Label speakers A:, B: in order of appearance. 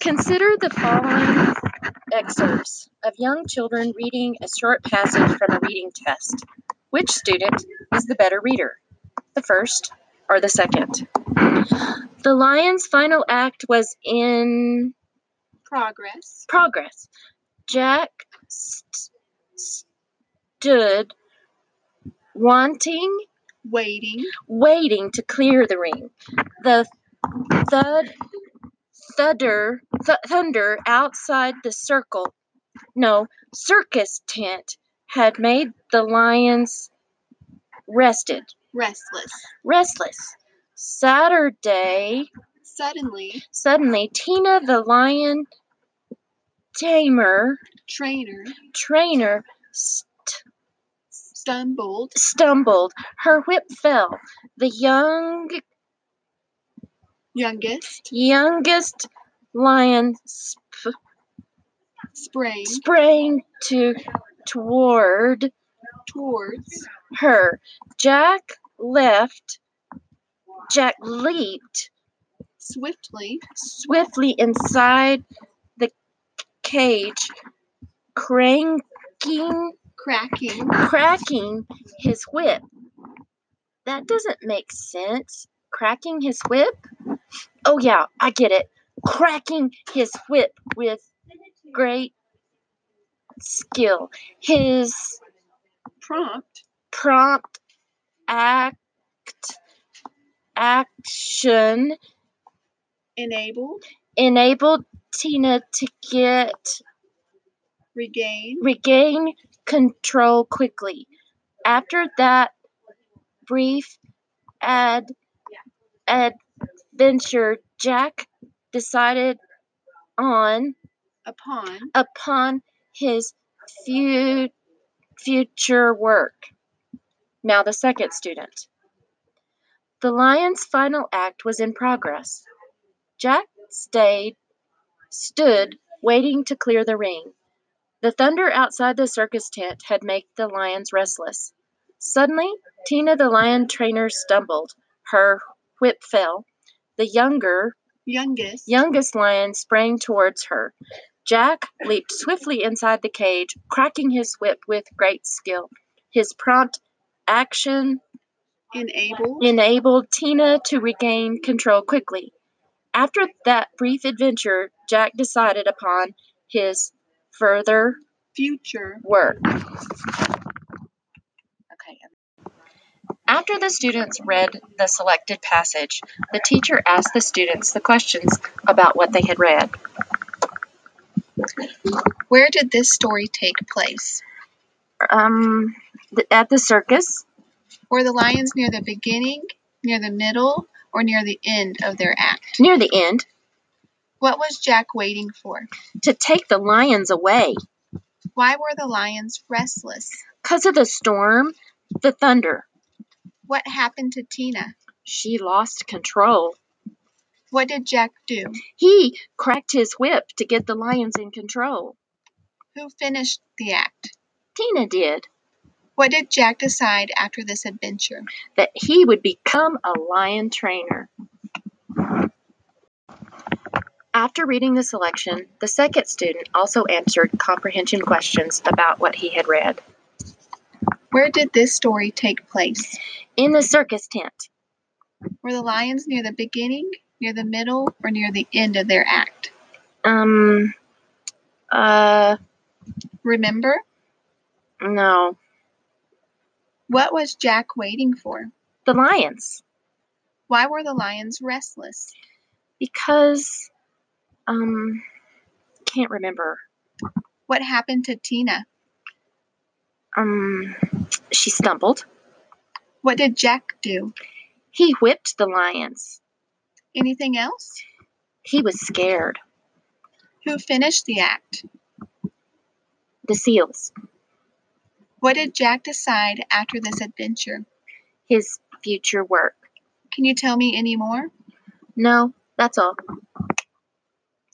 A: Consider the following excerpts of young children reading a short passage from a reading test. Which student is the better reader? The first or the second? The lion's final act was in
B: Progress.
A: progress. Jack st- stood wanting,
B: Waiting.
A: waiting to clear the ring. The thud, thunder, th- thunder outside the circle, no, circus tent had made the lions rested,
B: Restless.
A: restless. Saturday
B: Suddenly.
A: Suddenly, Tina the lion tamer
B: Trainer.
A: trainer st-
B: Stumbled.
A: stumbled. Her whip fell. The young
B: Youngest.
A: youngest lion sp-
B: Sprang.
A: sprang to toward
B: Towards.
A: her. Jack left. Jack leaped
B: Swiftly.
A: swiftly inside the cage, cranking
B: Cracking.
A: cracking his whip. That doesn't make sense. Cracking his whip? Oh, yeah, I get it. Cracking his whip with great skill. His
B: Prompt.
A: prompt act action
B: Enabled.
A: enabled Tina to get
B: Regain.
A: regain control quickly. After that brief ad adventure, Jack decided on
B: Upon.
A: upon his fu- future work. Now the second student. The lion's final act was in progress. Jack stayed stood waiting to clear the ring. The thunder outside the circus tent had made the lions restless. Suddenly, Tina the lion trainer stumbled. Her whip fell. The younger
B: Youngest.
A: youngest lion sprang towards her. Jack leaped swiftly inside the cage, cracking his whip with great skill. His prompt action
B: Enabled.
A: enabled Tina to regain control quickly. After that brief adventure, Jack decided upon his further
B: Future.
A: work. Okay. After the students read the selected passage, the teacher asked the students the questions about what they had read.
B: Where did this story take place?
A: um th- at the circus
B: Were the lions near the beginning, near the middle, or near the end of their act?
A: near the end
B: What was Jack waiting for?
A: to take the lions away
B: Why were the lions restless?
A: because of the storm the thunder
B: What happened to Tina?
A: she lost control
B: What did Jack do?
A: he cracked his whip to get the lions in control
B: Who finished the act?
A: tina did
B: What did Jack decide after this adventure?
A: that he would become a lion trainer after reading the selection the second student also answered comprehension questions about what he had read
B: Where did this story take place?
A: in the circus tent
B: Were the lions near the beginning, near the middle, or near the end of their act?
A: um uh
B: Remember,
A: no
B: what was Jack waiting for?
A: the lions
B: Why were the lions restless?
A: because um can't remember
B: What happened to Tina?
A: um she stumbled
B: What did Jack do?
A: he whipped the lions
B: Anything else?
A: he was scared
B: Who finished the act?
A: the seals
B: What did Jack decide after this adventure?
A: his future work
B: Can you tell me any more?
A: no that's all